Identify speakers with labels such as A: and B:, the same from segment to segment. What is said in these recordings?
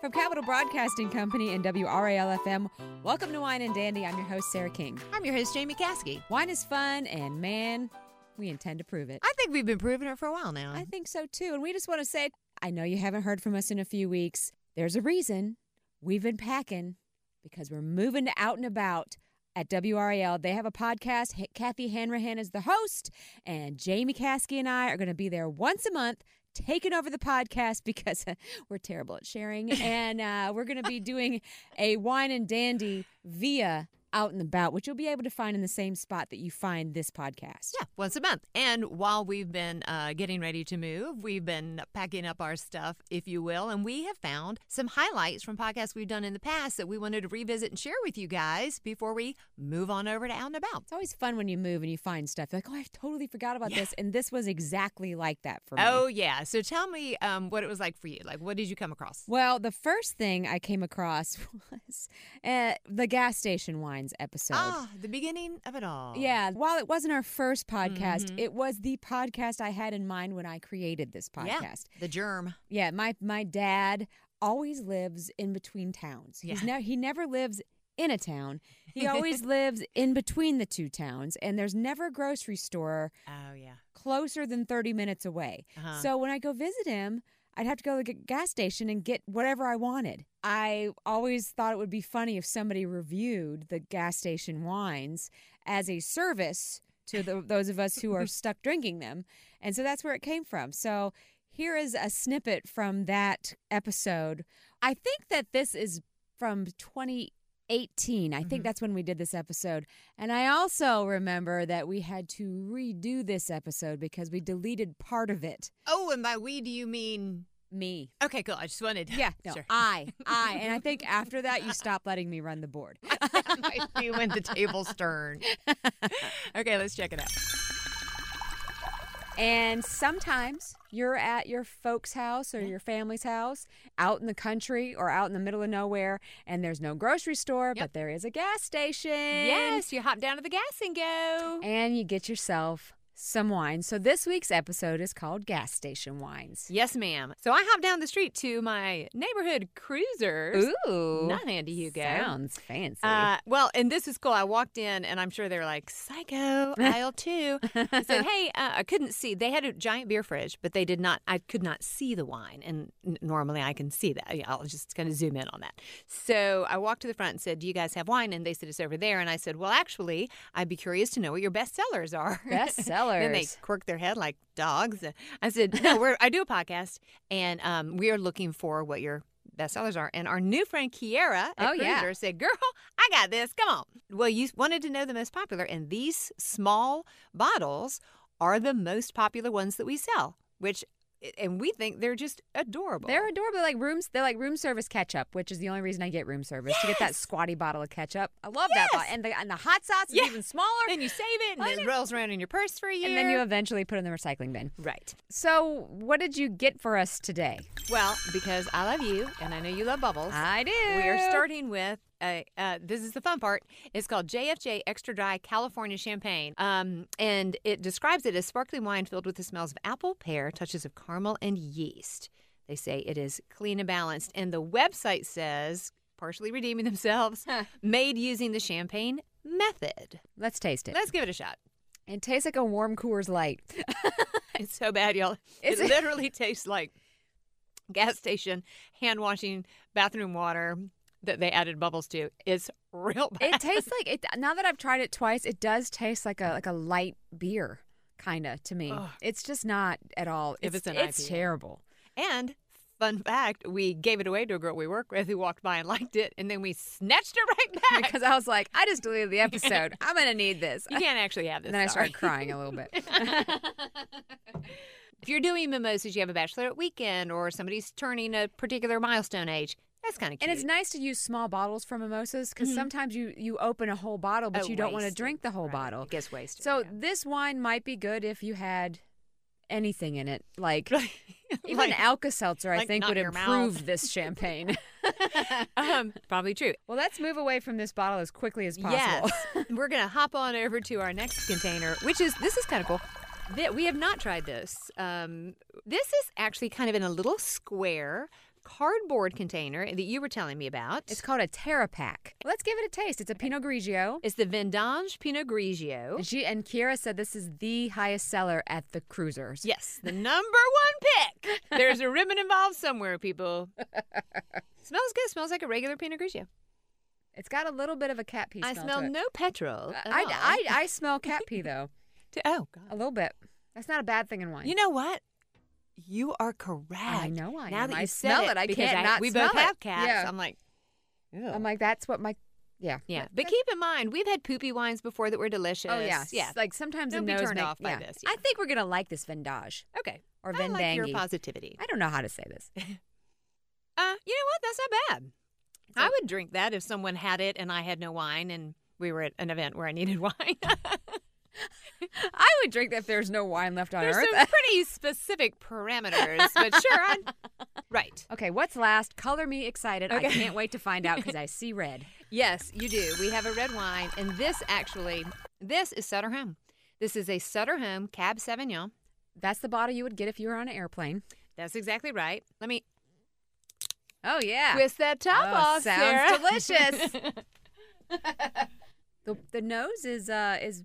A: From Capital Broadcasting Company and WRAL FM, welcome to Wine and Dandy. I'm your host, Sarah King.
B: I'm your host, Jamie Caskey.
A: Wine is fun, and man, we intend to prove it.
B: I think we've been proving it for a while now.
A: I think so too. And we just want to say, I know you haven't heard from us in a few weeks. There's a reason we've been packing because we're moving to out and about at WRAL. They have a podcast. H- Kathy Hanrahan is the host, and Jamie Caskey and I are going to be there once a month. Taking over the podcast because uh, we're terrible at sharing. And uh, we're going to be doing a wine and dandy via out and about, which you'll be able to find in the same spot that you find this podcast.
B: Yeah, once a month. And while we've been uh, getting ready to move, we've been packing up our stuff, if you will, and we have found some highlights from podcasts we've done in the past that we wanted to revisit and share with you guys before we move on over to Out and About.
A: It's always fun when you move and you find stuff. You're like, oh, I totally forgot about this. And this was exactly like that for me.
B: Oh, yeah. So tell me um, what it was like for you. Like, what did you come across?
A: Well, the first thing I came across was uh, the gas station wines episode.
B: Ah, the beginning of it all.
A: Yeah, while it wasn't our first podcast,
B: Mm-hmm.
A: it was the podcast I had in mind when I created this podcast.
B: Yeah, the germ.
A: Yeah, my my dad always lives in between towns. He's
B: Yeah.
A: ne- he never lives in a town. He always lives in between the two towns and there's never a grocery store
B: Oh, yeah.
A: closer than 30 minutes away. So when I go visit him, I'd have to go to the g- gas station and get whatever I wanted. I always thought it would be funny if somebody reviewed the gas station wines as a service to the, those of us who are stuck drinking them. And so that's where it came from. So here is a snippet from that episode. I think that this is from 2018. I think that's when we did this episode. And I also remember that we had to redo this episode because we deleted part of it.
B: Oh, and by we do you mean.
A: Me.
B: Okay, cool. I just wanted.
A: Yeah, no,
B: Sure.
A: I, I. And I think after that, you stopped letting me run the board.
B: I see when the tables turn. okay, let's check it out.
A: And sometimes you're at your folks' house or your family's house out in the country or out in the middle of nowhere, and there's no grocery store, but there is a gas station.
B: Yes, you hop down to the gas and go.
A: And you get yourself some wine. So this week's episode is called Gas Station Wines.
B: Yes, ma'am. So I hop down the street to my neighborhood cruisers.
A: Ooh.
B: Not handy, Hugo.
A: Sounds fancy.
B: Uh, well, and this was cool. I walked in, and I'm sure they were like, "Psycho aisle two. I said, "Hey, uh, I couldn't see. They had a giant beer fridge, but they did not. I could not see the wine, and n- normally I can see that. Yeah, I'll just kind of zoom in on that. So I walked to the front and said, "Do you guys have wine?" And they said, "It's over there." And I said, "Well, actually, I'd be curious to know what your best sellers are.
A: Best
B: then they
A: sellers.
B: quirk their head like dogs. I said, "No, we're, I do a podcast, and um, we are looking for what your best sellers are." And our new friend Kiera at
A: Oh, yeah.
B: Cruiser said, "Girl, I got this. Come on." Well, you wanted to know the most popular, and these small bottles are the most popular ones that we sell, which and we think they're just adorable.
A: They're adorable. They're like rooms. They're like room service ketchup, which is the only reason I get room service to get that squatty bottle of ketchup. I love that. Bottle. And the and the hot sauce is
B: Yeah.
A: even smaller.
B: and you save it, and it rolls around in your purse for a year.
A: and then you eventually put it in the recycling bin.
B: right.
A: So, what did you get for us today?
B: Well, because I love you, and I know you love bubbles.
A: I do.
B: We are starting with a, uh, this is the fun part. It's called JFJ Extra Dry California Champagne. Um, and it describes it as sparkling wine filled with the smells of apple, pear, touches of caramel, and yeast. They say it is clean and balanced. And the website says, partially redeeming themselves, made using the champagne method.
A: Let's taste it.
B: Let's give it a shot.
A: It tastes like a warm Coors Light.
B: It's so bad, y'all.
A: Is
B: it
A: it-
B: literally tastes like gas station hand washing bathroom water that they added bubbles to. It's real bad.
A: It tastes like it. Now that I've tried it twice, it does taste like a like a light beer, kind of to me. It's just not at all.
B: If it's an
A: it's
B: IPA.
A: terrible.
B: And fun fact, we gave it away to a girl we work with who walked by and liked it, and then we snatched it right back.
A: Because I was like, I just deleted the episode. I'm gonna need this.
B: you can't actually have this.
A: And then I
B: sorry.
A: started crying a little bit.
B: If you're doing mimosas, you have a bachelorette weekend or somebody's turning a particular milestone age. That's kind of cute.
A: And it's nice to use small bottles for mimosas because sometimes you you open a whole bottle, but
B: Mm-hmm. Oh,
A: you don't want to
B: wasted.
A: drink the whole
B: Right.
A: bottle.
B: It gets wasted.
A: So
B: yeah.
A: this wine might be good if you had anything in it, like even
B: Like-
A: Alka Seltzer. I
B: like
A: think
B: not
A: would
B: your mouth.
A: improve this champagne.
B: um, probably true.
A: well, let's move away from this bottle as quickly as possible.
B: Yes. We're going to hop on over to our next container, which is this is kind of cool. That we have not tried this. Um, this is actually kind of in a little square cardboard container that you were telling me about.
A: It's called a Terrapack. Let's give it a taste. It's a Pinot Grigio.
B: It's the Vendange Pinot Grigio.
A: And she and Kira said this is the highest seller at the cruisers.
B: Yes, the number one pick. There's a ribbon involved somewhere, people. smells good. Smells like a regular Pinot Grigio.
A: It's got a little bit of a cat pee smell.
B: I
A: to
B: smell
A: it.
B: no petrol. at all.
A: I, I, I smell cat pee though.
B: oh God.
A: A little bit. That's not a bad thing in wine.
B: You know what? You are correct.
A: know I
B: now
A: am.
B: That
A: I
B: you said
A: smell it. I
B: because
A: can't not
B: We
A: smell
B: both
A: it.
B: have cats.
A: Yeah.
B: I'm like, ew.
A: I'm like, that's what my, yeah.
B: yeah. But keep in mind, we've had poopy wines before that were delicious.
A: Oh yeah,
B: Yeah.
A: Like sometimes
B: Don't
A: the
B: be
A: nose
B: turned
A: make-
B: off by
A: yeah.
B: this,
A: I
B: yeah.
A: think we're gonna like this vendage.
B: okay.
A: Or
B: I like your
A: Vendangi.
B: positivity.
A: I don't know how to say this.
B: Uh, you know what? That's not bad. I would drink that if someone had it and I had no wine and we were at an event where I needed wine.
A: I would drink that if there's no wine left on
B: There's
A: earth.
B: some pretty specific parameters, but sure. I'd... Right.
A: okay, what's last? Color me excited. I
B: Okay.
A: can't wait to find out because I see red.
B: Yes, you do. We have a red wine, and this actually, this is Sutter Home. This is a Sutter Home Cab Sauvignon.
A: That's the bottle you would get if you were on an airplane.
B: That's exactly right. Let me
A: Oh yeah.
B: twist that top
A: Oh,
B: off.
A: sounds
B: Sarah.
A: delicious. the, the nose is uh is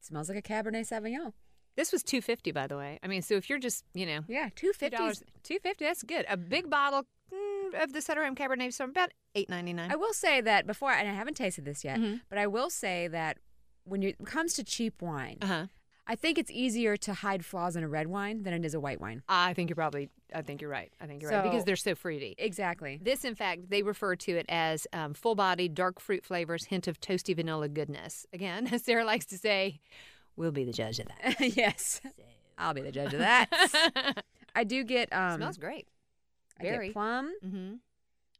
A: smells like a Cabernet Sauvignon.
B: this was two fifty, by the way. I mean, so if you're just, you know,
A: Yeah, two
B: two
A: fifty.
B: dollars, two fifty. That's good. A big bottle mm, of the Sutter Home Cabernet Sauvignon, about eight ninety nine.
A: I will say that before, and I haven't tasted this yet,
B: Mhm.
A: but I will say that when you- it comes to cheap wine,
B: Uh huh.
A: I think it's easier to hide flaws in a red wine than it is a white wine.
B: I think you're probably. I think you're right. I think you're right because
A: So-
B: they're so fruity.
A: Exactly.
B: This, in fact, they refer to it as um, full bodied, dark fruit flavors, hint of toasty vanilla goodness. Again, as Sarah likes to say, we'll be the judge of that.
A: yes. I'll be the judge of that. I do get um
B: Smells great.
A: I get
B: berry.
A: plum
B: Mm-hmm.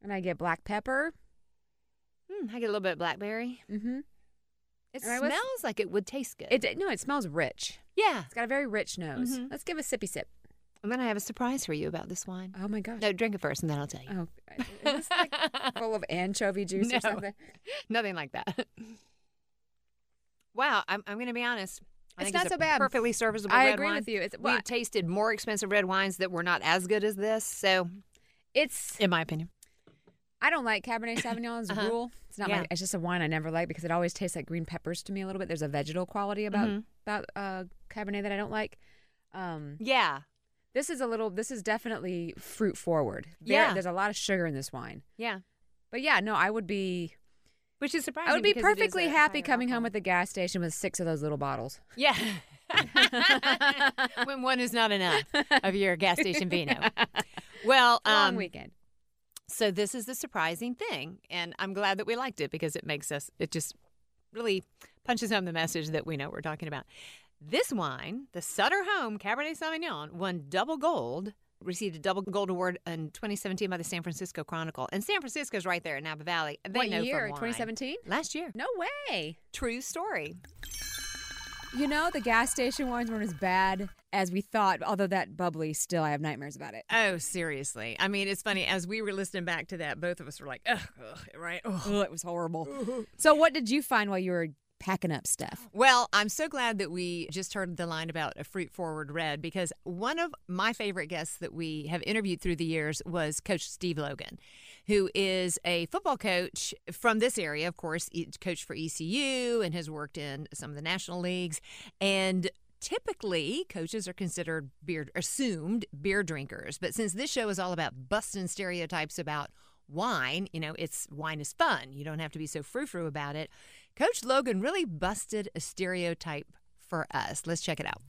A: and I get black pepper.
B: Mm, I get a little bit of blackberry.
A: Mhm.
B: It
A: And I
B: smells
A: was-
B: like it would taste good.
A: It no, it smells rich.
B: yeah.
A: It's got a very rich nose.
B: Mhm.
A: Let's give a sippy sip.
B: And then I have a surprise for you about this wine.
A: Oh my gosh.
B: No, drink it first and then I'll tell you.
A: Oh, is this like full of anchovy juice
B: No.
A: or something?
B: Nothing like that. Wow, I'm, I'm going to be honest. I
A: It's
B: think
A: not
B: a
A: so bad.
B: Perfectly serviceable.
A: I
B: red
A: agree
B: wine.
A: with you. It's- well, I-
B: We've tasted more expensive red wines that were not as good as this. So,
A: It's
B: in my opinion,
A: I don't like Cabernet Sauvignon as a
B: Uh-huh.
A: rule. It's not
B: Yeah.
A: my. It's just a wine I never like because it always tastes like green peppers to me a little bit. There's a vegetal quality about
B: Mhm.
A: about uh, Cabernet that I don't like. Um,
B: yeah,
A: this is a little. This is definitely fruit forward.
B: Yeah.
A: There's a lot of sugar in this wine.
B: yeah,
A: But yeah, no, I would be.
B: which is surprising.
A: I would be
B: because it is
A: perfectly
B: a
A: happy
B: higher
A: coming home at
B: alcohol.
A: the gas station with six of those little bottles.
B: yeah. when one is not enough of your gas station vino. Um, Well,
A: Long
B: um,
A: weekend.
B: so this is the surprising thing, and I'm glad that we liked it because it makes us. It just really punches home the message that we know what we're talking about. This wine, the Sutter Home Cabernet Sauvignon, won double gold. Received a double gold award in 2017 by the San Francisco Chronicle, and San Francisco's right there in Napa Valley. They
A: what
B: know for
A: year?
B: wine.
A: 2017.
B: Last year.
A: No way.
B: True story.
A: You know, the gas station wines weren't as bad as we thought, although that bubbly still, I have nightmares about it.
B: Oh, seriously. I mean, it's funny. As we were listening back to that, both of us were like, ugh, ugh right? Ugh.
A: Oh, it was horrible. so, what did you find while you were packing up stuff?
B: Well, I'm so glad that we just heard the line about a fruit forward red because one of my favorite guests that we have interviewed through the years was Coach Steve Logan, who is a football coach from this area, of course, e- coach for ECU and has worked in some of the national leagues. And typically coaches are considered beer assumed beer drinkers but since this show is all about busting stereotypes about wine you know it's wine is fun you don't have to be so frou-frou about it coach logan really busted a stereotype for us let's check it out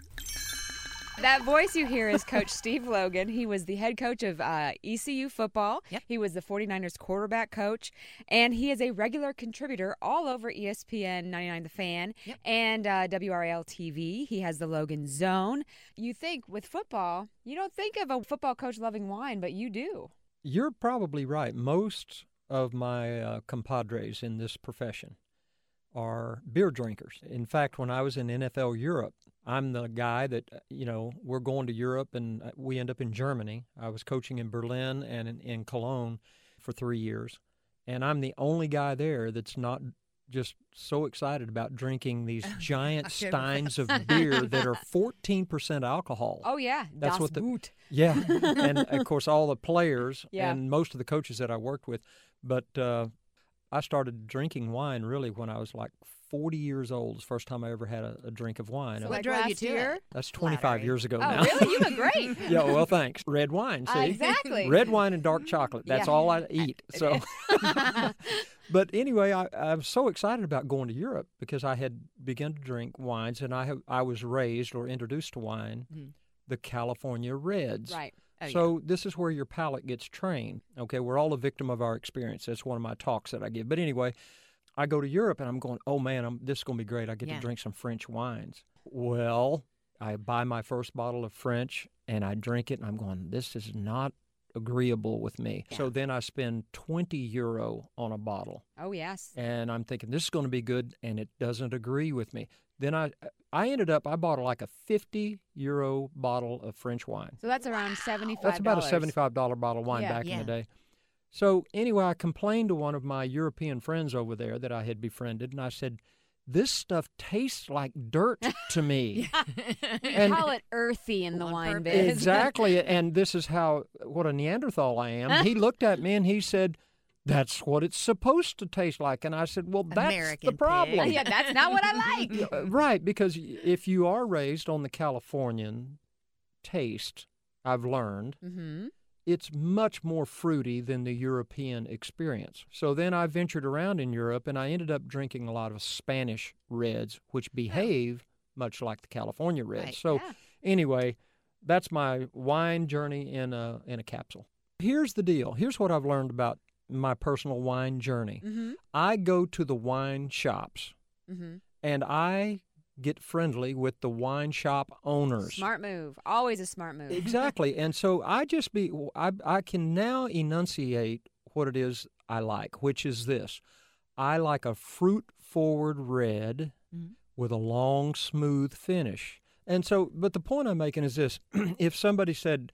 A: that voice you hear is Coach Steve Logan. He was the head coach of uh, ECU football.
B: Yep.
A: He was the 49ers quarterback coach, and he is a regular contributor all over E ESPN 99 The Fan
B: Yep.
A: and uh, WRL TV. He has the Logan Zone. You think with football, you don't think of a football coach loving wine, but you do.
C: You're probably right. Most of my uh, compadres in this profession are beer drinkers. In fact, when I was in NFL Europe, I'm the guy that, uh, you know, we're going to Europe and uh, we end up in Germany. I was coaching in Berlin and in, in Cologne for three years. And I'm the only guy there that's not just so excited about drinking these giant steins of beer that are 14% alcohol.
A: Oh yeah,
C: That's
A: das
C: what the-
A: Boot.
C: Yeah, and of course all the players
A: Yeah.
C: and most of the coaches that I worked with. But uh, I started drinking wine really when I was like 40 years old. It's the first time I ever had a, a drink of wine.
A: So
C: Uh,
B: What
A: like
B: drove you
A: last
B: to it?
A: year.
C: That's 25
B: Flattery.
C: years ago
A: Oh
C: now.
A: really? You look great.
C: yeah, well, thanks. Red wine,
A: Uh,
C: see?
A: exactly.
C: Red wine and dark chocolate. That's
A: Yeah.
C: all I eat. So, but anyway, I, I'm so excited about going to Europe because I had begun to drink wines, and I have I was raised or introduced to wine,
A: Mm-hmm.
B: Mhm.
C: the California Reds.
A: Right.
B: Oh,
C: so this is where your palate gets trained. Okay, we're all a victim of our experience. That's one of my talks that I give. But anyway, I go to Europe and I'm going, oh man, I'm, this is going to be great. I get
B: Yeah.
C: to drink some French wines. Well, I buy my first bottle of French and I drink it and I'm going, this is not agreeable with me. So then I spend 20 euro on a bottle
A: Oh yes.
C: and I'm thinking this is going to be good and it doesn't agree with me. Then I I ended up I bought like a 50 euro bottle of French wine.
A: So that's around seventy-five.
C: That's about a seventy-five dollar bottle of wine
A: Yeah.
C: back in
B: Yeah.
C: the day. So anyway, I complained to one of my European friends over there that I had befriended, and I said, "This stuff tastes like dirt to me."
A: We
C: And-
A: call it earthy in the
B: On
A: wine
B: purpose.
A: biz.
C: exactly, and this is how what a Neanderthal I am. He looked at me and he said, "That's what it's supposed to taste like," and I said, "Well, that's
B: American
C: the
B: pig.
C: problem."
A: yeah, that's not what I like.
C: Uh, right, because y- if you are raised on the Californian taste, I've learned
A: Mm-hmm.
C: it's much more fruity than the European experience. So then I ventured around in Europe and I ended up drinking a lot of Spanish reds, which behave much like the California reds.
B: Right,
C: so
A: yeah.
C: anyway, that's my wine journey in a in a capsule. Here's the deal. Here's what I've learned about my personal wine journey.
A: Mm-hmm.
C: I go to the wine shops
A: Mm-hmm.
C: and I get friendly with the wine shop owners.
A: Smart move. Always a smart move.
C: Exactly. And so I just be I I can now enunciate what it is I like, which is this. I like a fruit forward red
A: Mm-hmm.
C: with a long smooth finish. And so but the point I'm making is this. if somebody said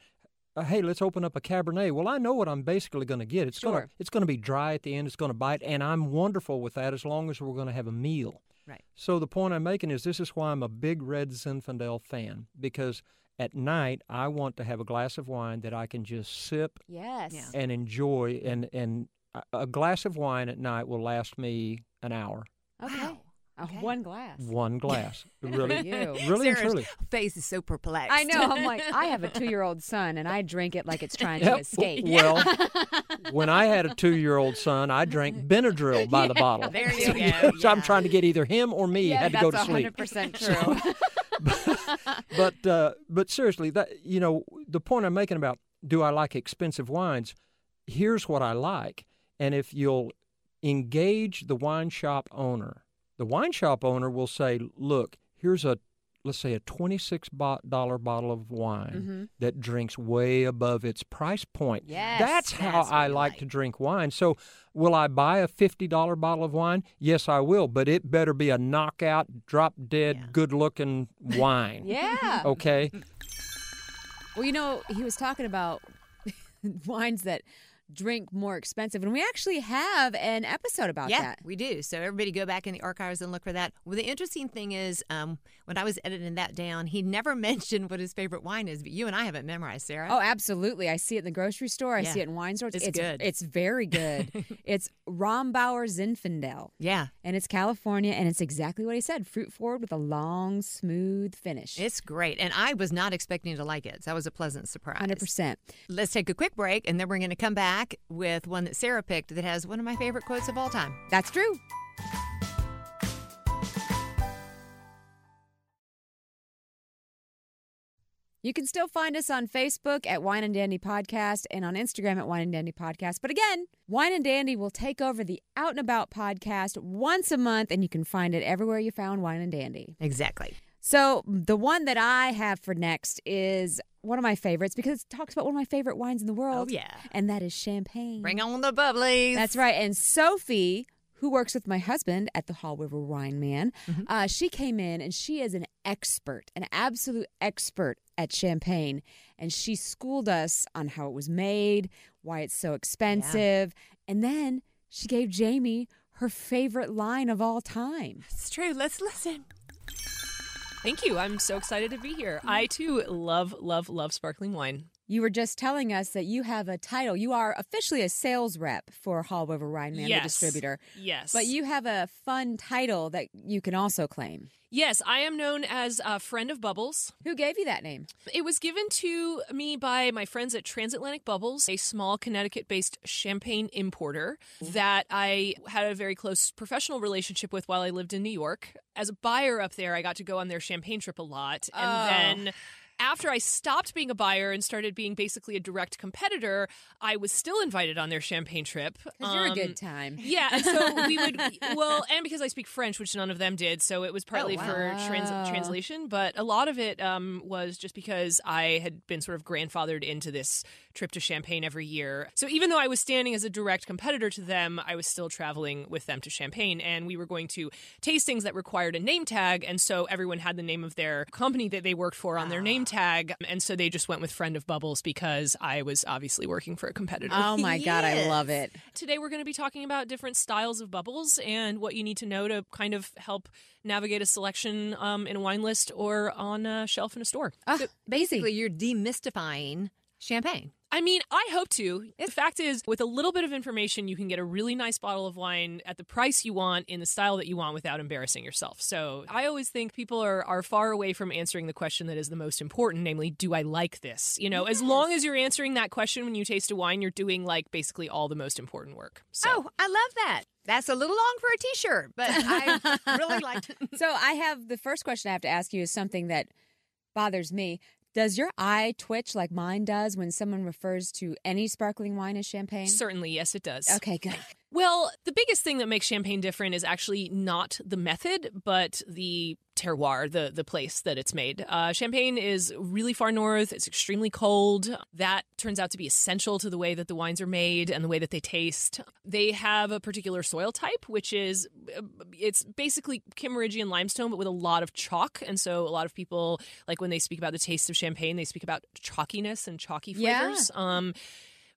C: uh, Hey, let's open up a Cabernet. Well, I know what I'm basically going to get. It's going
A: Sure.
C: to it's going to be dry at the end. It's going to bite, and I'm wonderful with that as long as we're going to have a meal.
B: Right.
C: So the point I'm making is this is why I'm a big Red Zinfandel fan because at night I want to have a glass of wine that I can just sip
A: Yes.
B: Yeah.
C: and enjoy and and a- a glass of wine at night will last me an hour.
A: Okay.
B: Wow.
A: Uh,
B: Okay.
A: One glass.
C: One glass.
A: Good for
C: really
A: you.
C: really and
B: Sarah's
C: truly.
B: face is so perplexed.
A: I know. I'm like, I have a two-year-old son, and I drink it like it's trying to
C: Yep.
A: escape.
C: Well, when I had a two-year-old son, I drank Benadryl by the bottle.
B: there you go,
C: so I'm
B: yeah.
C: trying to get either him or me
A: yeah,
C: had to
A: that's
C: go to sleep.
A: 100% true.
C: but uh, but seriously, that you know the point I'm making about do I like expensive wines? Here's what I like, and if you'll engage the wine shop owner, the wine shop owner will say, "Look, here's a let's say a twenty-six bo- dollar bottle of wine
B: Mm-hmm.
C: that drinks way above its price point.
A: Yes,
C: that's how
B: that's what
C: I
B: we
C: like
B: like.
C: to drink wine. So, will I buy a fifty-dollar bottle of wine? Yes, I will, but it better be a knockout, drop-dead,
B: Yeah.
C: good-looking wine.
A: yeah.
C: Okay.
A: Well, you know, he was talking about wines that drink more expensive, and we actually have an episode about
B: yeah,
A: that.
B: we do. So everybody go back in the archives and look for that. Well, the interesting thing is, um, when I was editing that down, he never mentioned what his favorite wine is. But you and I haven't memorized, Sarah.
A: Oh, absolutely. I see it in the grocery store. I
B: Yeah.
A: see it in wine stores.
B: It's good.
A: It's very good. it's Rombauer Zinfandel.
B: yeah,
A: And it's California, and it's exactly what he said fruit forward with a long, smooth finish.
B: it's great, and I was not expecting to like it. So that was a pleasant surprise.
A: 100%.
B: Let's take a quick break, and then we're going to come back with one that Sarah picked that has one of my favorite quotes of all time.
A: That's true. You can still find us on Facebook at Wine and Dandy Podcast and on Instagram at Wine and Dandy Podcast. But again, Wine and Dandy will take over the Out and About podcast once a month, and you can find it everywhere you found Wine and Dandy.
B: Exactly.
A: So the one that I have for next is one of my favorites because it talks about one of my favorite wines in the world.
B: Oh, yeah.
A: And that is champagne.
B: Bring on the bubblies.
A: That's right. And Sophie, who works with my husband at the Hall River Wine Man,
D: Mm-hmm.
A: uh, she came in and she is an expert, an absolute expert at champagne. And she schooled us on how it was made, why it's so expensive. And then she gave Jamie her favorite line of all time.
B: It's true. Let's listen.
D: Thank you. I'm so excited to be
A: Mm-hmm.
D: here. I too love, love, love sparkling wine.
A: You were just telling us that you have a title. You are officially a sales rep for Hall River Wine Man,
D: Yes.
A: the distributor.
D: Yes.
A: But you have a fun title that you can also claim.
D: Yes, I am known as a friend of Bubbles.
A: Who gave you that name?
D: It was given to me by my friends at Transatlantic Bubbles, a small Connecticut based champagne importer that I had a very close professional relationship with while I lived in New York. As a buyer up there, I got to go on their champagne trip a lot. And
A: Oh.
D: then. After I stopped being a buyer and started being basically a direct competitor, I was still invited on their champagne trip.
A: Because you're a
D: Um,
A: good time.
D: Yeah, and so we would well, and because I speak French, which none of them did, so it was partly for trans- translation, but a lot of it um, was just because I had been sort of grandfathered into this trip to Champagne every year. So even though I was standing as a direct competitor to them, I was still traveling with them to Champagne, and we were going to tastings that required a name tag, and so everyone had the name of their company that they worked for on their name tag, and so they just went with friend of bubbles because I was obviously working for a competitor.
A: Oh my God, I love it.
D: Today, we're going to be talking about different styles of bubbles and what you need to know to kind of help navigate a selection um, in a wine list or on a shelf in a store.
A: Uh, Ah,
B: Basically, you're demystifying champagne.
D: I mean, I hope to. The fact is, with a little bit of information, you can get a really nice bottle of wine at the price you want in the style that you want without embarrassing yourself. So I always think people are, are far away from answering the question that is the most important, namely, do I like this? You know, as long as you're answering that question when you taste a wine, you're doing like basically all the most important work. So.
B: Oh, I love that. That's a little long for a t-shirt, but I really liked it.
A: So I have the first question I have to ask you is something that bothers me. Does your eye twitch like mine does when someone refers to any sparkling wine as champagne?
D: Certainly, yes, it does.
A: Okay, good.
D: Well, the biggest thing that makes champagne different is actually not the method, but the terroir, the the place that it's made. Uh, champagne is really far north. It's extremely cold. That turns out to be essential to the way that the wines are made and the way that they taste. They have a particular soil type, which is uh, it's basically Kimmeridgian limestone, but with a lot of chalk. And so, a lot of people like when they speak about the taste of champagne, they speak about chalkiness and chalky
A: Yeah.
D: flavors. Um,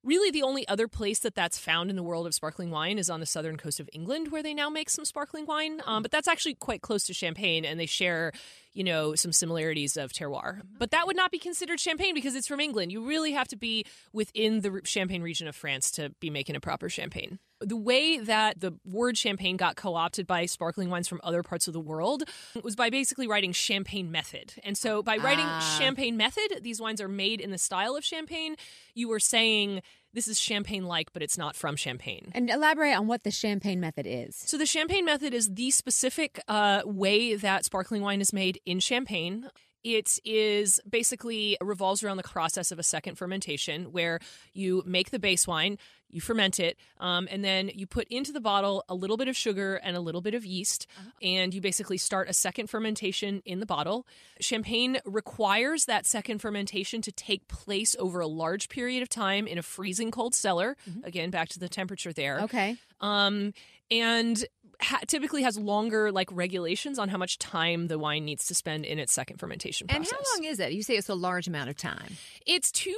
D: Really, the only other place that that's found in the world of sparkling wine is on the southern coast of England, where they now make some sparkling wine. Um, but that's actually quite close to Champagne, and they share, you know, some similarities of terroir. But that would not be considered Champagne because it's from England. You really have to be within the re- Champagne region of France to be making a proper Champagne. The way that the word champagne got co opted by sparkling wines from other parts of the world was by basically writing champagne method. And so, by writing champagne method, these wines are made in the style of champagne. You were saying this is champagne like, but it's not from champagne.
A: And elaborate on what the champagne method is.
D: So the champagne method is the specific uh, way that sparkling wine is made in Champagne. It is basically revolves around the process of a second fermentation, where you make the base wine, you ferment it, um, and then you put into the bottle a little bit of sugar and a little bit of yeast, and you basically start a second fermentation in the bottle. Champagne requires that second fermentation to take place over a large period of time in a freezing cold cellar. Again, back to the temperature there
A: Okay.
D: um, and ha- typically has longer like regulations on how much time the wine needs to spend in its second fermentation
B: And
D: process.
B: how long is that? You say it's a large amount of time.
D: It's two.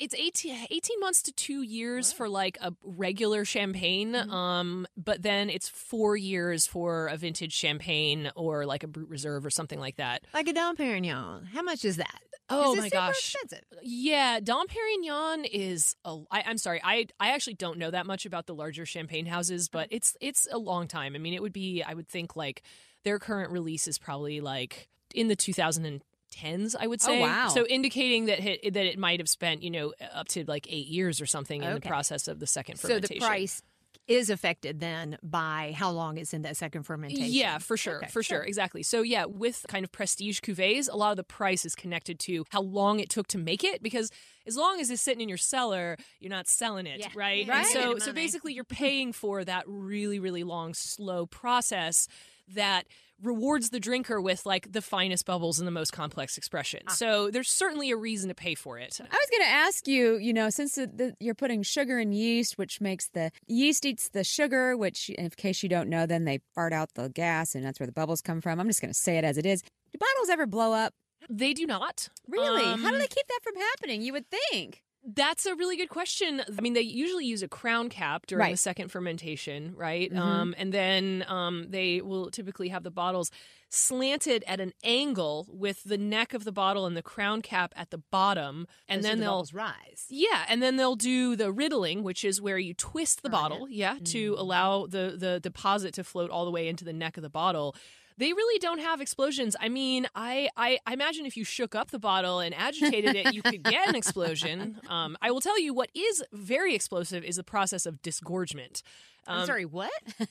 D: It's 18, 18 months to two years for like a regular champagne. Um, but then it's four years for a vintage champagne or like a brut reserve or something like that.
B: Like a Dom Perignon. How much is that?
D: Oh
B: Is it
D: my
B: super
D: gosh.
B: expensive?
D: Yeah, Dom Perignon is a. I, I'm sorry, I I actually don't know that much about the larger champagne houses, but it's it's a long time. I mean, it would be I would think like their current release is probably like in the 2010s. I would
A: Oh,
D: say.
A: wow.
D: So indicating that it, that it might have spent you know up to like eight years or something in the
B: Okay.
D: process of the second
B: So
D: fermentation.
B: the price is affected then by how long it's in that second fermentation.
D: Yeah, for sure,
B: Okay,
D: for sure, exactly. So yeah, with kind of prestige cuvées, a lot of the price is connected to how long it took to make it because as long as it's sitting in your cellar, you're not selling it,
B: Yeah.
D: right?
B: Right.
D: And so
B: Making
D: so
B: money.
D: basically you're paying for that really really long slow process that rewards the drinker with like the finest bubbles and the most complex expression.
B: Ah.
D: So there's certainly a reason to pay for it.
A: I was going to ask you, you know, since the, the, you're putting sugar in yeast, which makes the yeast eats the sugar, which, in case you don't know, then they fart out the gas and that's where the bubbles come from. I'm just going to say it as it is. Do bottles ever blow up?
D: They do not.
A: Really? How do
D: Um,
A: they keep that from happening? You would think.
D: That's a really good question. I mean, they usually use a crown cap during the
A: Right.
D: second fermentation, right?
A: Mhm.
D: Um, and then um, they will typically have the bottles slanted at an angle with the neck of the bottle and the crown cap at the bottom, and
B: And
D: then
B: the
D: they'll.
B: bubbles rise.
D: Yeah, and then they'll do the riddling, which is where you twist the bottle, yeah,
B: Mm-hmm.
D: to allow the the deposit to float all the way into the neck of the bottle. They really don't have explosions. I mean, I, I, I imagine if you shook up the bottle and agitated it, you could get an explosion. Um, I will tell you what is very explosive is the process of disgorgement.
B: I'm
D: Um,
B: sorry, what?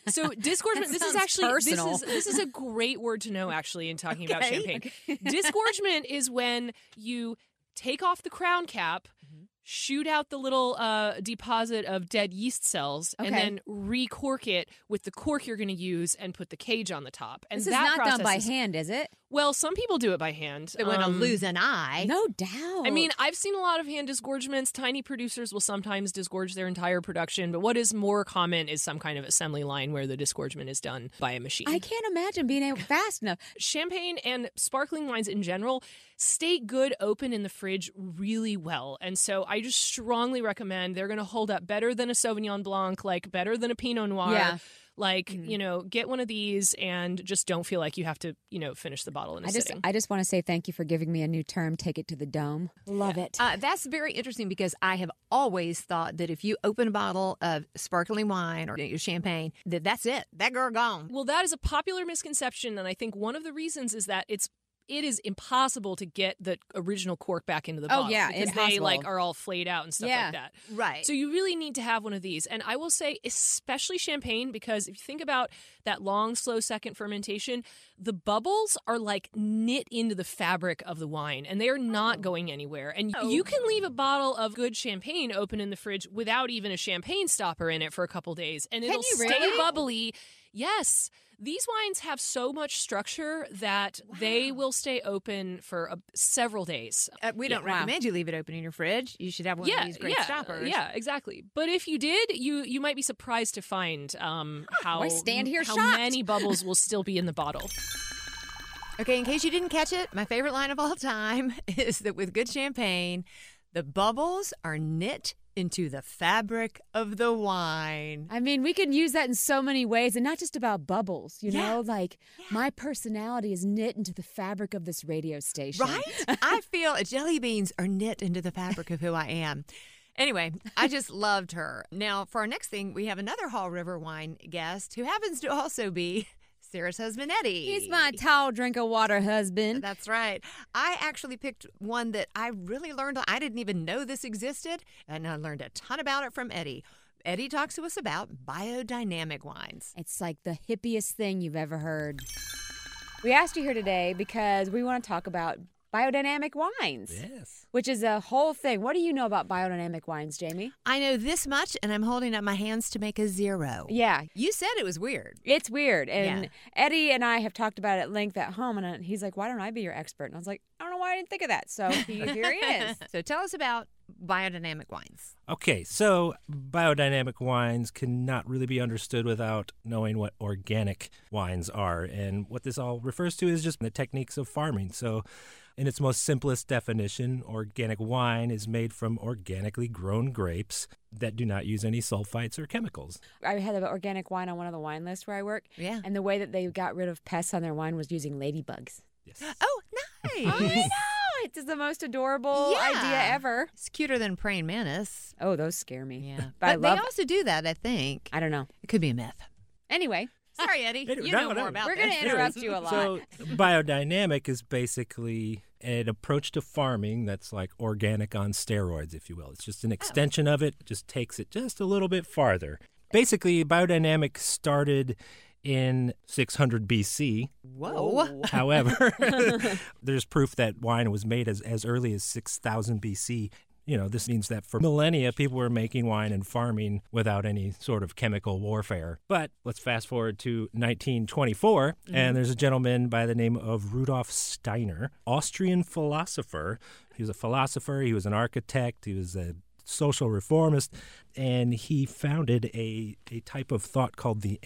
D: so disgorgement. this is
B: sounds
D: actually
B: personal.
D: this is this is a great word to know actually in talking about
B: Okay.
D: champagne. disgorgement is when you take off the crown cap.
A: Mm-hmm.
D: Shoot out the little uh, deposit of dead yeast cells, and
A: Okay.
D: then recork it with the cork you're going to use, and put the cage on the top. And
A: This is
D: that
A: not
D: process
A: done by
D: is-
A: hand, is it?
D: Well, some people do it by hand.
B: They want to
D: Um,
B: lose an eye.
A: No doubt.
D: I mean, I've seen a lot of hand disgorgements. Tiny producers will sometimes disgorge their entire production, but what is more common is some kind of assembly line where the disgorgement is done by a machine.
A: I can't imagine being able fast enough.
D: Champagne and sparkling wines in general stay good open in the fridge really well. And so I just strongly recommend they're going to hold up better than a Sauvignon Blanc, like better than a Pinot Noir.
A: Yeah. Mm.
D: Like, you know, get one of these and just don't feel like you have to, you know, finish the bottle in a
A: I just,
D: sitting.
A: I just want to say thank you for giving me a new term. Take it to the dome. Love it.
B: Uh, that's very interesting because I have always thought that if you open a bottle of sparkling wine or champagne, that that's it. That girl gone.
D: Well, that is a popular misconception, and I think one of the reasons is that it's it is impossible to get the original cork back into the
A: Oh,
D: bottle.
A: yeah,
D: because they
A: impossible.
D: like are all flayed out and stuff
A: Yeah,
D: like that.
B: Right.
D: So you really need to have one of these, and I will say, especially champagne, because if you think about that long, slow second fermentation, the bubbles are like knit into the fabric of the wine, and they are not
A: Oh.
D: going anywhere. And you can leave a bottle of good champagne open in the fridge without even a champagne stopper in it for a couple days, and it'll
A: you
D: stay
A: really?
D: bubbly. Yes. These wines have so much structure that they will stay open for uh, several days.
B: Uh, we don't
A: Yeah. Wow.
B: recommend you leave it open in your fridge. You should have one of these great
D: yeah,
B: stoppers.
D: Yeah, exactly. But if you did, you you might be surprised to find um, how
A: Ah, I stand here
D: how
A: shocked.
D: many bubbles will still be in the bottle.
B: Okay, in case you didn't catch it, my favorite line of all time is that with good champagne, the bubbles are knit into the fabric of the wine.
A: I mean, we can use that in so many ways and not just about bubbles, you
B: Yeah.
A: know? Like, my personality is knit into the fabric of this radio station.
B: Right? I feel jelly beans are knit into the fabric of who I am. Anyway, I just loved her. Now, for our next thing, we have another Hall River wine guest who happens to also be Sarah's husband, Eddie.
A: He's my tall drink of water husband.
B: That's right. I actually picked one that I really learned. I didn't even know this existed, and I learned a ton about it from Eddie. Eddie talks to us about biodynamic wines.
A: It's like the hippiest thing you've ever heard. We asked you here today because we want to talk about biodynamic wines. Yes. Which is a whole thing. What do you know about biodynamic wines, Jamie?
B: I know this much, and I'm holding up my hands to make a zero.
A: Yeah.
B: You said it was weird.
A: It's weird. And
B: Yeah.
A: Eddie and I have talked about it at length at home, and I- he's like, Why don't I be your expert? And I was like, I don't know why I didn't think of that. So he- here he is.
B: So tell us about biodynamic wines.
E: Okay, so biodynamic wines cannot really be understood without knowing what organic wines are. And what this all refers to is just the techniques of farming. So, in its most simplest definition, organic wine is made from organically grown grapes that do not use any sulfites or chemicals.
A: I had an organic wine on one of the wine lists where I work.
B: Yeah.
A: And the way that they got rid of pests on their wine was using ladybugs.
E: Yes.
B: Oh, nice.
A: Oh, it's the most adorable idea
B: Yeah.
A: ever.
B: it's cuter than praying mantis.
A: Oh, those scare me.
B: Yeah.
A: But, I
B: But,
A: love
B: they also do that, I think.
A: I don't know.
B: It could be a myth.
A: Anyway,
B: Sorry, Eddie.
E: Anyway,
B: you
E: no,
B: know
E: no.
B: more about
A: we're going
B: this.
A: to interrupt you a lot.
E: So, biodynamic is basically an approach to farming that's like
A: Oh.
E: organic on steroids, if you will. It's just an extension of it, just takes it just a little bit farther. Basically, biodynamic started in 600 BC.
B: Whoa.
E: However, there's proof that wine was made as, as early as 6000 BC. You know, this means that for millennia, people were making wine and farming without any sort of chemical warfare. But let's fast forward to 1924, and there's a gentleman by the name of Rudolf Steiner, Austrian philosopher. He was a philosopher, he was an architect, he was a social reformist, and he founded a, a type of thought called the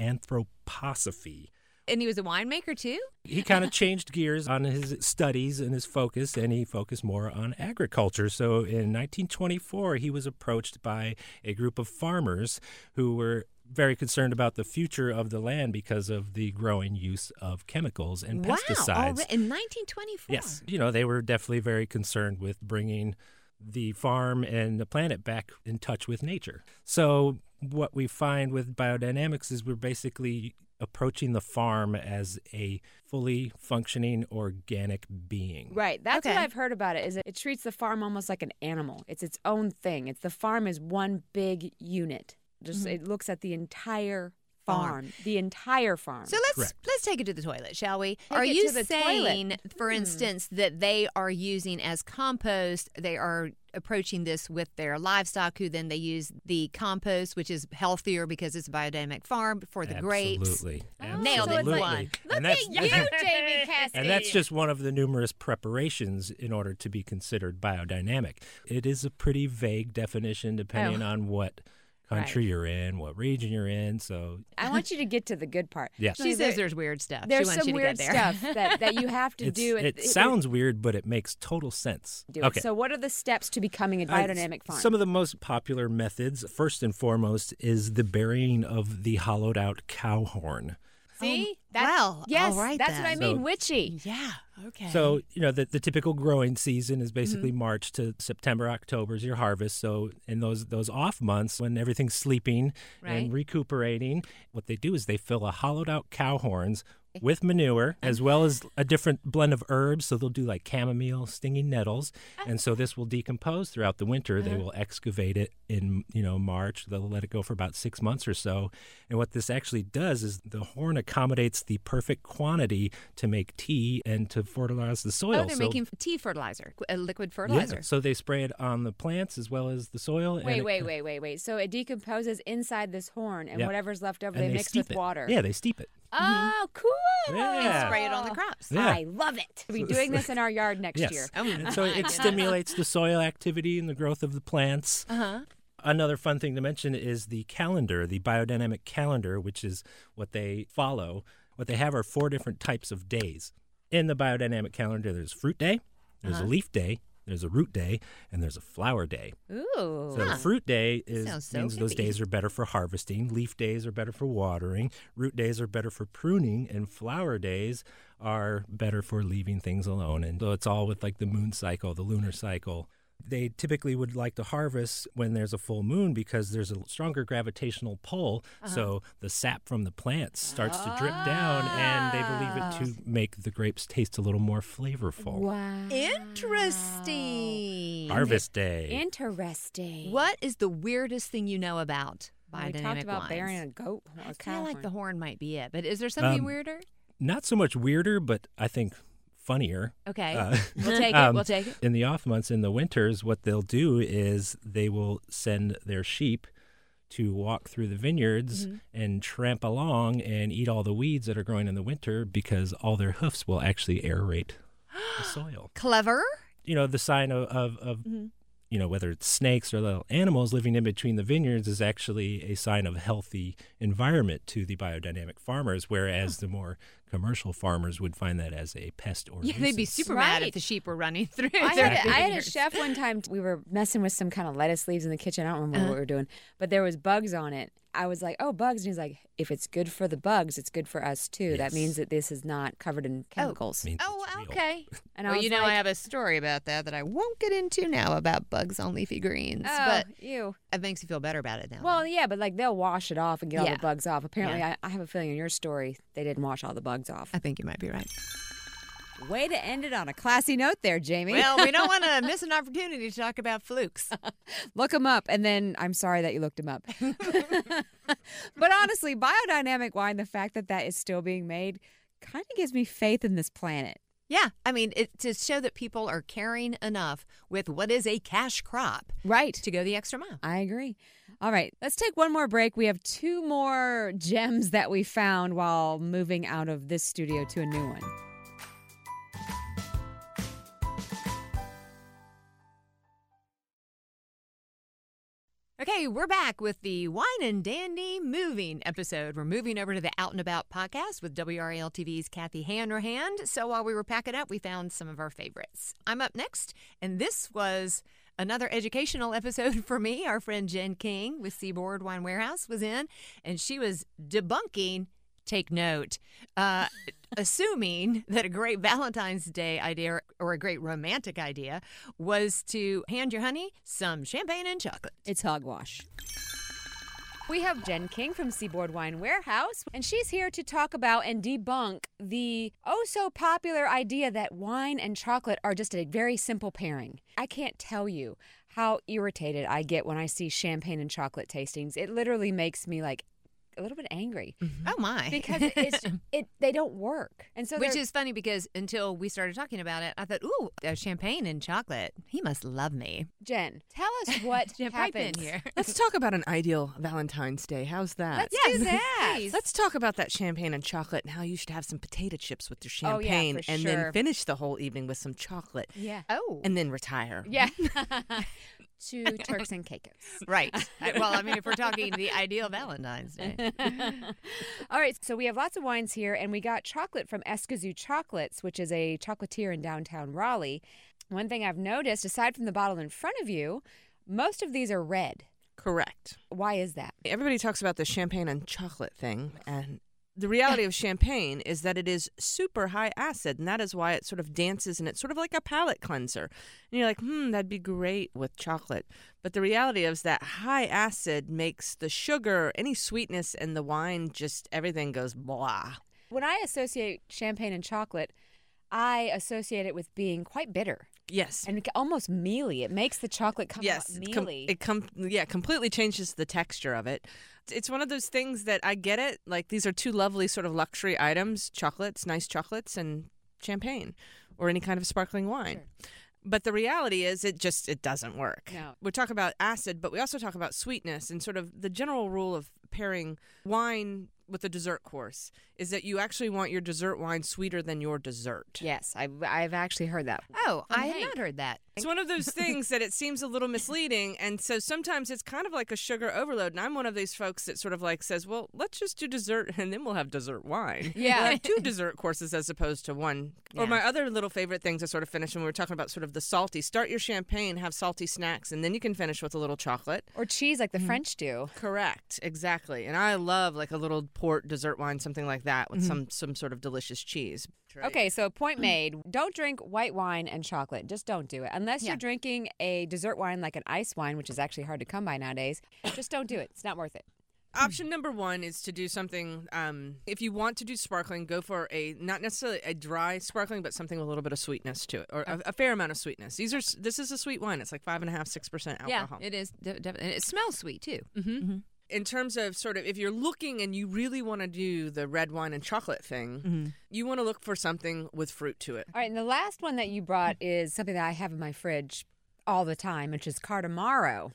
E: anthroposophy
B: And he was a winemaker too?
E: he kind of changed gears on his studies and his focus, and he focused more on agriculture. So in 1924, he was approached by a group of farmers who were very concerned about the future of the land because of the growing use of chemicals and
B: wow. Oh,
E: pesticides.
B: alre- in 1924.
E: Yes. You know, they were definitely very concerned with bringing the farm and the planet back in touch with nature. So, what we find with biodynamics is we're basically approaching the farm as a fully functioning organic being.
A: Right. That's
B: Okay.
A: what I've heard about it. Is it, it treats the farm almost like an animal. It's its own thing. It's the farm is one big unit. Just it looks at the entire farm,
B: Mm-hmm. Farm.
A: the entire farm.
B: So let's
E: Correct.
B: let's take it to the toilet, shall we?
A: Take
B: are
A: it
B: you
A: to the toilet. Hmm.
B: saying, for instance, that they are using as compost? They are approaching this with their livestock, who then they use the compost, which is healthier because it's a biodynamic farm for the grapes. Ah,
E: Absolutely.
B: Nailed it,
E: Absolutely.
B: one.
E: And that's,
B: Jamie Cassidy.
A: Eh,
E: And that's just one of the numerous preparations in order to be considered biodynamic. It is a pretty vague definition depending
A: Oh.
E: on what country you're in, what region you're in. So,
A: I want you to get to the good part.
E: Yeah.
B: She
A: there-
B: says there's weird stuff.
A: There's
B: she wants
A: some
B: you to
A: weird
B: get there.
A: stuff that, that you have to
E: it's,
A: do.
E: it, sounds weird, but it makes total sense.
A: do it. So what are the steps to becoming a
E: I-
A: biodynamic farm?
E: Some of the most popular methods, first and foremost, is the burying of the hollowed out cow horn.
A: See?
B: well,
A: yes,
B: all right
A: that's what I
B: then.
A: mean,
E: So-
A: witchy.
B: Yeah. Okay. Mm-hmm.
E: So, you know, the, the typical growing season is basically March to September, October is your harvest. So, in those those off months when everything's sleeping
B: Right.
E: and recuperating, what they do is they fill a hollowed out cow horns
B: Eh.
E: with manure
B: Uh-huh.
E: as well as a different blend of herbs. So, they'll do like chamomile, stinging nettles.
B: Ah.
E: And so, this will decompose throughout the winter.
B: Uh-huh.
E: They will excavate it in, you know, March. They'll let it go for about six months or so. And what this actually does is the horn accommodates the perfect quantity to make tea and to fertilize the soil.
B: oh, they're
E: So-
B: making tea fertilizer, qu- uh, liquid
E: Yeah,
B: fertilizer.
E: so they spray it on the plants as well as the soil. and
A: Wait,
E: it-
A: wait, wait, wait, wait. So it decomposes inside this horn, and
E: Yeah.
A: whatever's left over,
E: and
A: they, mix with
E: steep it.
A: water.
E: Yeah, they steep it.
B: Oh, cool.
E: Yeah.
B: And spray it on the crops.
E: Yeah.
A: I love it. We'll be doing this in our yard next
E: yes.
A: year.
E: and so it stimulates the soil activity and the growth of the plants.
B: Uh-huh.
E: Another fun thing to mention is the calendar, the biodynamic calendar, which is what they follow. What they have are four different types of days. In the biodynamic calendar, there's fruit day, there's
A: Uh-huh.
E: a leaf day, there's a root day, and there's a flower day.
B: Ooh.
E: So fruit day
B: Sounds
E: is
B: so
E: means those
B: hippie.
E: days are better for harvesting. Leaf days are better for watering. Root days are better for pruning, and flower days are better for leaving things alone. And so it's all with like the moon cycle, the lunar cycle. They typically would like to harvest when there's a full moon because there's a stronger gravitational pull.
B: Uh-huh.
E: So the sap from the plants starts to drip down, and they
B: Ah.
E: believe it to make the grapes taste a little more flavorful.
A: Wow.
B: Interesting.
E: Harvest day.
A: Interesting.
B: What is the weirdest thing you know about
A: We
B: biodynamic
A: talked about
B: wines?
A: burying a goat or a
B: I
A: cow
B: feel like the
A: horn.
B: horn might be it, but is there something
E: Um,
B: weirder?
E: not so much weirder, but I think funnier.
B: Okay,
E: Uh,
B: we'll take it.
E: um,
B: We'll take it.
E: In the off months, in the winters, what they'll do is they will send their sheep to walk through the vineyards
B: Mm-hmm.
E: and tramp along and eat all the weeds that are growing in the winter because all their hoofs will actually aerate the soil.
B: Clever.
E: You know, the sign of, of, of
B: Mm-hmm.
E: you know, whether it's snakes or little animals living in between the vineyards is actually a sign of healthy environment to the biodynamic farmers, whereas the more commercial farmers would find that as a pest or
B: Yeah, they'd be
E: nuisance.
B: super mad if
A: Right.
B: the sheep were running through.
A: I
B: their
A: had, a, I had a
B: vineyards.
A: chef one time. We were messing with some kind of lettuce leaves in the kitchen. I don't remember what we were doing, but there was bugs on it. I was like, "Oh, bugs!" And he's like, "If it's good for the bugs, it's good for us too. That
E: Yes.
A: means that this is not covered in chemicals."
E: means
B: Oh,
E: it's real.
B: okay.
A: And I
B: well,
A: was
B: you know,
A: like,
B: I have a story about that that I won't get into now about bugs on leafy greens,
A: Oh,
B: but
A: ew.
B: it makes you feel better about it now.
A: Well, yeah, but like they'll wash it off and get all
B: Yeah.
A: the bugs off. Apparently, I, I have a feeling in your story they didn't wash all the bugs off.
B: I think you might be right.
A: Way to end it on a classy note there, Jamie.
B: Well, we don't want to miss an opportunity to talk about flukes.
A: look them up, and then I'm sorry that you looked them up. but honestly, biodynamic wine, the fact that that is still being made, kind of gives me faith in this planet.
B: Yeah, I mean, it, to show that people are caring enough with what is a cash crop
A: Right.
B: to go the extra mile.
A: I agree. All right, let's take one more break. We have two more gems that we found while moving out of this studio to a new one.
B: Okay, we're back with the Wine and Dandy moving episode. We're moving over to the Out and About podcast with WRAL TV's Kathy Hanrahan. So while we were packing up, we found some of our favorites. I'm up next, and this was another educational episode for me. Our friend Jen King with Seaboard Wine Warehouse was in, and she was debunking take note. Uh, assuming that a great Valentine's Day idea or a great romantic idea was to hand your honey some champagne and chocolate.
A: It's hogwash. We have Jen King from Seaboard Wine Warehouse, and she's here to talk about and debunk the oh so popular idea that wine and chocolate are just a very simple pairing. I can't tell you how irritated I get when I see champagne and chocolate tastings. It literally makes me like a little bit angry
B: Oh my!
A: because it's it they don't work. And so
B: which
A: they're-
B: is funny because until we started talking about it, I thought, "Ooh, uh, champagne and chocolate. He must love me."
A: Jen, tell us what
B: Jen, pipe in
A: happened
B: here.
D: Let's talk about an ideal Valentine's Day. How's that?
A: Let's do that.
D: Let's talk about that champagne and chocolate and how you should have some potato chips with your
A: Oh, yeah,
D: champagne
A: for
D: and
A: sure.
D: then finish the whole evening with some chocolate
A: Yeah.
B: Oh,
D: and then retire.
A: Yeah. to Turks and Caicos.
B: right. I- well, I mean, if we're talking the ideal Valentine's Day,
A: All right, so we have lots of wines here, and we got chocolate from Eskazoo Chocolates, which is a chocolatier in downtown Raleigh. One thing I've noticed, aside from the bottle in front of you, most of these are red.
D: Correct.
A: Why is that?
D: Everybody talks about the champagne and chocolate thing and the reality of champagne is that it is super high acid and that is why it sort of dances and it's sort of like a palate cleanser. And you're like, "Hmm, that'd be great with chocolate." But the reality is that high acid makes the sugar, any sweetness in the wine just everything goes blah.
A: When I associate champagne and chocolate, I associate it with being quite bitter
D: Yes.
A: and almost mealy. It makes the chocolate come
D: yes,
A: out
D: com-
A: mealy.
D: it com- yeah, completely changes the texture of it. It's one of those things that I get it. Like these are two lovely sort of luxury items: chocolates, nice chocolates, and champagne, or any kind of sparkling wine. But the reality is, it just it doesn't work.
A: No.
D: We talk about acid, but we also talk about sweetness and sort of the general rule of pairing wine with a dessert course is that you actually want your dessert wine sweeter than your dessert.
A: yes, I, I've actually heard that.
B: oh, I have
A: Hank.
B: not heard that.
D: It's one of those things that it seems a little misleading. And so sometimes it's kind of like a sugar overload. And I'm one of these folks that sort of like says, well, let's just do dessert and then we'll have dessert wine.
A: Yeah.
D: We'll have two dessert courses as opposed to one. Or my other little favorite things I sort of finish when we were talking about sort of the salty. Start your champagne, have salty snacks, and then you can finish with a little chocolate.
A: Or cheese like the
D: Mm-hmm.
A: French do.
D: Correct, exactly. And I love like a little port dessert wine, something like that with some some sort of delicious cheese.
A: Okay, so point made. Don't drink white wine and chocolate. Just don't do it. Unless you're drinking a dessert wine like an ice wine, which is actually hard to come by nowadays. Just don't do it. It's not worth it.
D: Option number one is to do something. Um, if you want to do sparkling, go for a not necessarily a dry sparkling, but something with a little bit of sweetness to it, or a, a fair amount of sweetness. These are s- this is a sweet wine. It's like five and a half, six percent alcohol. Mm-hmm.
B: Yeah, it is. de- de- and it smells sweet too.
D: In terms of sort of if you're looking and you really want to do the red wine and chocolate thing, you want to look for something with fruit to it.
A: All right, and the last one that you brought is something that I have in my fridge all the time, which is Cardamaro.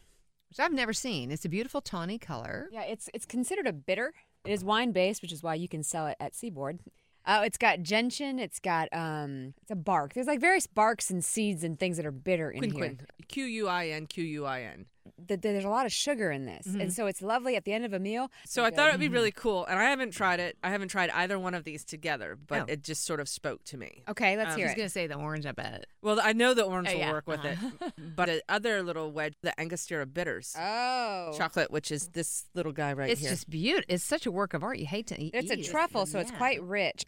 B: Which I've never seen. It's a beautiful tawny color.
A: Yeah, it's it's considered a bitter. It is wine based, which is why you can sell it at Seaboard. Oh, it's got gentian. It's got um, it's a bark. There's like various barks and seeds and things that are bitter in here.
D: Quinquin, Q U I N Q U I N.
A: Th- there's a lot of sugar in this, and so it's lovely at the end of a meal.
D: So I thought it would be really cool, and I haven't tried it. I haven't tried either one of these together, but
B: Oh.
D: it just sort of spoke to me.
A: Okay, let's
D: Um,
A: hear
B: I
A: it.
B: was gonna say the orange. I bet.
D: Well, I know the orange
B: Oh,
D: will
B: yeah.
D: work with
F: Uh-huh.
D: it, but the other little wedge, the Angostura bitters
A: Oh.
D: chocolate, which is this little guy right
B: it's
D: here.
B: just beautiful. It's such a work of art. You hate to eat.
A: It's a
B: eat it.
A: truffle, so it's
B: Yeah.
A: quite rich.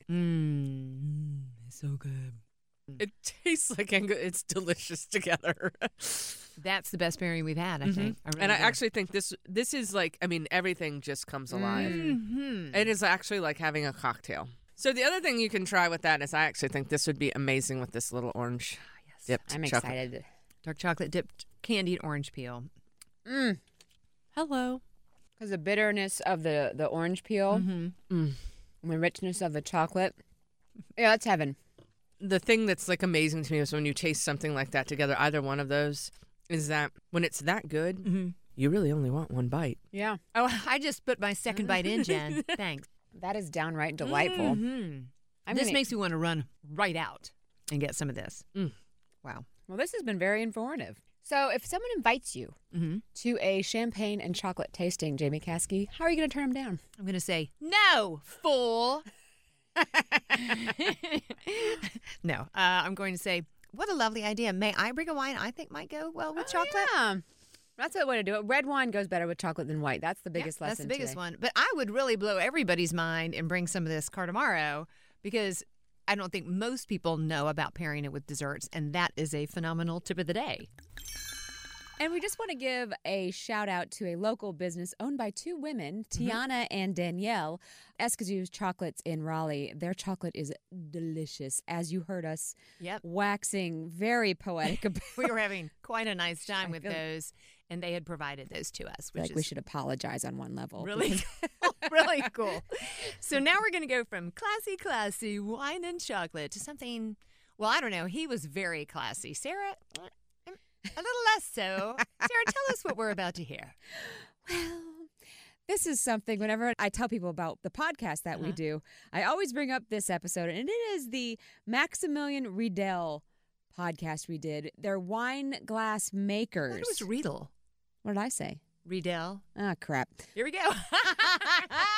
B: Mm, so good.
D: it tastes like Ang- it's delicious together.
B: That's the best pairing we've had, I think.
D: Mm-hmm. and I actually think this Mm.
B: Mm-hmm.
D: this is like I mean everything just comes alive. It is actually like having a cocktail.
F: So the other thing you can try with that is I actually think this would be amazing with this little orange
B: Ah,
F: dipped
A: I'm
F: chocolate.
A: excited.
B: Dark chocolate dipped candied orange peel.
A: Mm.
B: Hello.
A: Because the bitterness of the, the orange peel
B: Mm.
A: and the richness of the chocolate. Yeah, that's heaven.
F: the thing that's like amazing to me is when you taste something like that together, either one of those, is that when it's that good,
D: Mm-hmm.
F: you really only want one bite.
A: Yeah.
B: Oh, I just put my second bite in, Jen. Thanks.
A: That is downright delightful.
B: Mhm.
A: I'm
B: this
A: gonna-
B: makes me want to run right out and get some of this. Wow.
A: Well, this has been very informative. So, if someone invites you
B: Mm-hmm.
A: to a champagne and chocolate tasting, Jamie Caskey, how are you going to turn them down?
B: I'm going to say, no, fool. no, uh, I'm going to say, what a lovely idea. May I bring a wine I think might go well with chocolate?
A: Yeah. That's the way to do it. Red wine goes better with chocolate than white. That's the
B: Yeah,
A: biggest
B: That's
A: lesson.
B: the biggest
A: today.
B: one. But I would really blow everybody's mind and bring some of this cardamaro because I don't think most people know about pairing it with desserts, and that is a phenomenal tip of the day.
A: And we just want to give a shout out to a local business owned by two women,
B: Mm-hmm.
A: Tiana and Danielle, Escazoo's Chocolates in Raleigh. Their chocolate is delicious, as you heard us
B: Yep.
A: waxing very poetic about.
B: We were having quite a nice time with
A: feel-
B: those, and they had provided those to us, which
A: like
B: is
A: we should apologize on one level.
B: really,
A: because-
B: really cool. So now we're going to go from classy, classy wine and chocolate to something. Well, I don't know. He was very classy, Sarah. mm, A little less so. Sarah, tell us what we're about to hear.
A: Well, this is something whenever I tell people about the podcast that
B: Uh-huh.
A: we do, I always bring up this episode, and it is the Maximilian Riedel podcast we did. They're wine glass makers.
B: What was Riedel?
A: What did I say?
B: Riedel.
A: Ah, crap.
B: Here we go.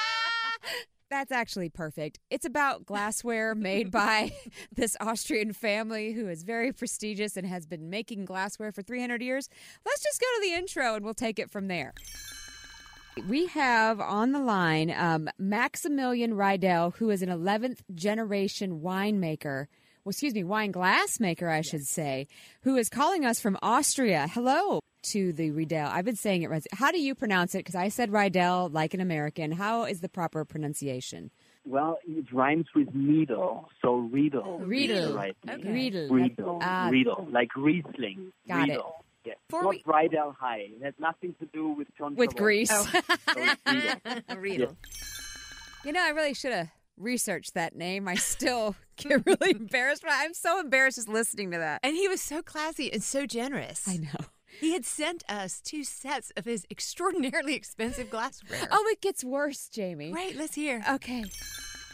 A: That's actually perfect. It's about glassware made by this Austrian family who is very prestigious and has been making glassware for 300 years. Let's just go to the intro and we'll take it from there. We have on the line um, Maximilian Riedel, who is an 11th generation winemaker. Well, excuse me, wine glass maker, I should say, who is calling us from Austria. Hello to the Riedel. I've been saying it. right. How do you pronounce it? Because I said Riedel like an American. How is the proper pronunciation?
G: Well, it rhymes with needle, so riddle. is
A: Riedel.
G: Right.
A: Okay. Riedel.
G: Riedel.
A: Ah.
G: riddle, like Riesling.
A: Got it.
G: riddle. it. Yeah.
B: Before
G: Not
B: we-
G: Bridal High. It has nothing to do with John
A: With
G: Travolta.
A: Greece.
G: So it's riddle.
B: Riedel.
A: You know, I really should have researched that name. I still get really embarrassed. But I'm so embarrassed just listening to that.
B: And he was so classy and so generous.
A: I know.
B: He had sent us two sets of his extraordinarily expensive glassware.
A: Oh, it gets worse, Jamie.
B: great. Let's hear.
A: Okay.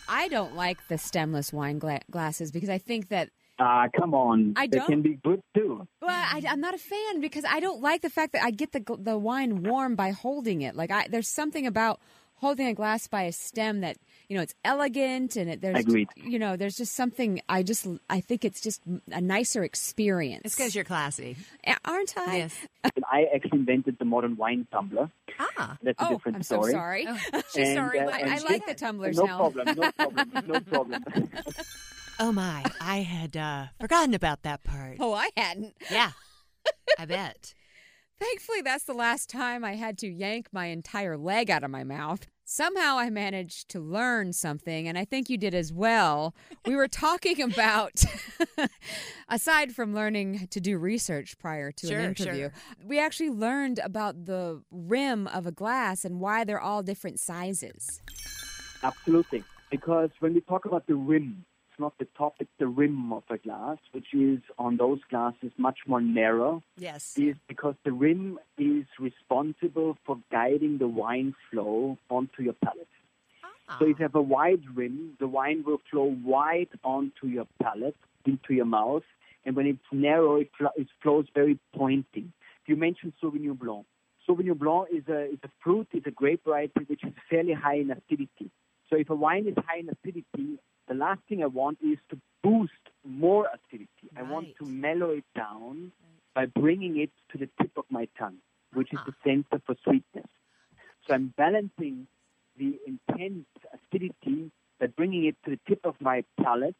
A: I don't like the stemless wine gla- glasses because I think that
G: Ah, come on.
A: I
G: they
A: don't-
G: can be good too.
A: well, I, I'm not a fan because I don't like the fact that I get the gl- the wine warm by holding it. Like I, there's something about holding a glass by a stem that you know it's elegant and it, there's
G: Agreed.
A: you know there's just something I just I think it's just a nicer experience.
B: It's because you're classy.
A: aren't I?
B: Yes.
G: And I actually invented the modern wine tumbler.
B: Ah.
G: That's a
A: Oh,
G: different
A: I'm
G: story.
A: so sorry.
G: She's And,
A: sorry,
G: sorry, uh,
A: but
G: but and
A: I
G: I she-
A: like
G: like
A: the
G: the
A: tumblers
G: no
A: now.
G: problem. No problem. No problem.
B: Oh my. I had uh, forgotten about that part.
A: Oh, I hadn't.
B: Yeah. I bet.
A: Thankfully, that's the last time I had to yank my entire leg out of my mouth. Somehow I managed to learn something, and I think you did as well. We were talking about, aside from learning to do research prior to an
B: Sure,
A: interview, we actually learned about the rim of a glass and why they're all different sizes.
G: Absolutely. Because when we talk about the rim, it's not the top, it's the rim of a glass, which is on those glasses much more narrow
B: Yes.
G: is because the rim is responsible for guiding the wine flow onto your palate. So if you have a wide rim, the wine will flow wide onto your palate, into your mouth, and when it's narrow, it, fl- it flows very pointy. You mentioned Sauvignon Blanc. Sauvignon Blanc is a, is a fruit, is a grape variety which is fairly high in acidity. So if a wine is high in acidity, the last thing I want is to boost more acidity. I want to
B: Right.
G: mellow it down by bringing it to the tip of my tongue, which is the center for sweetness. So I'm balancing the intense acidity by bringing it to the tip of my palate,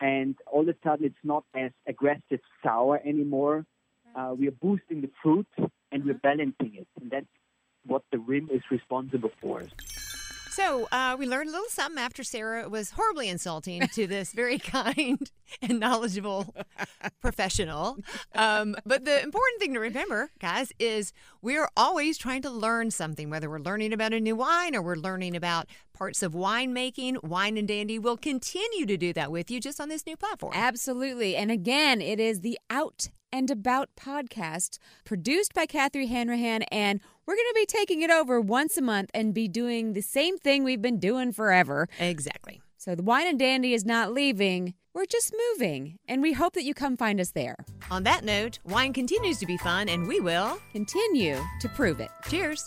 G: and all of a sudden it's not as aggressive sour anymore. Uh, we are boosting the fruit and we're balancing it, and that's what the rim is responsible for.
B: So uh, we learned a little something after Sarah was horribly insulting to this very kind and knowledgeable professional. Um, but the important thing to remember, guys, is we're always trying to learn something, whether we're learning about a new wine or we're learning about parts of winemaking. Wine and Dandy will continue to do that with you just on this new platform.
A: Absolutely. And again, it is the Out and About podcast produced by Kathy Hanrahan. And we're going to be taking it over once a month and be doing the same thing we've been doing forever.
B: Exactly.
A: So the wine and dandy is not leaving. We're just moving. And we hope that you come find us there.
B: On that note, wine continues to be fun, and we will
A: Continue to prove it.
B: cheers.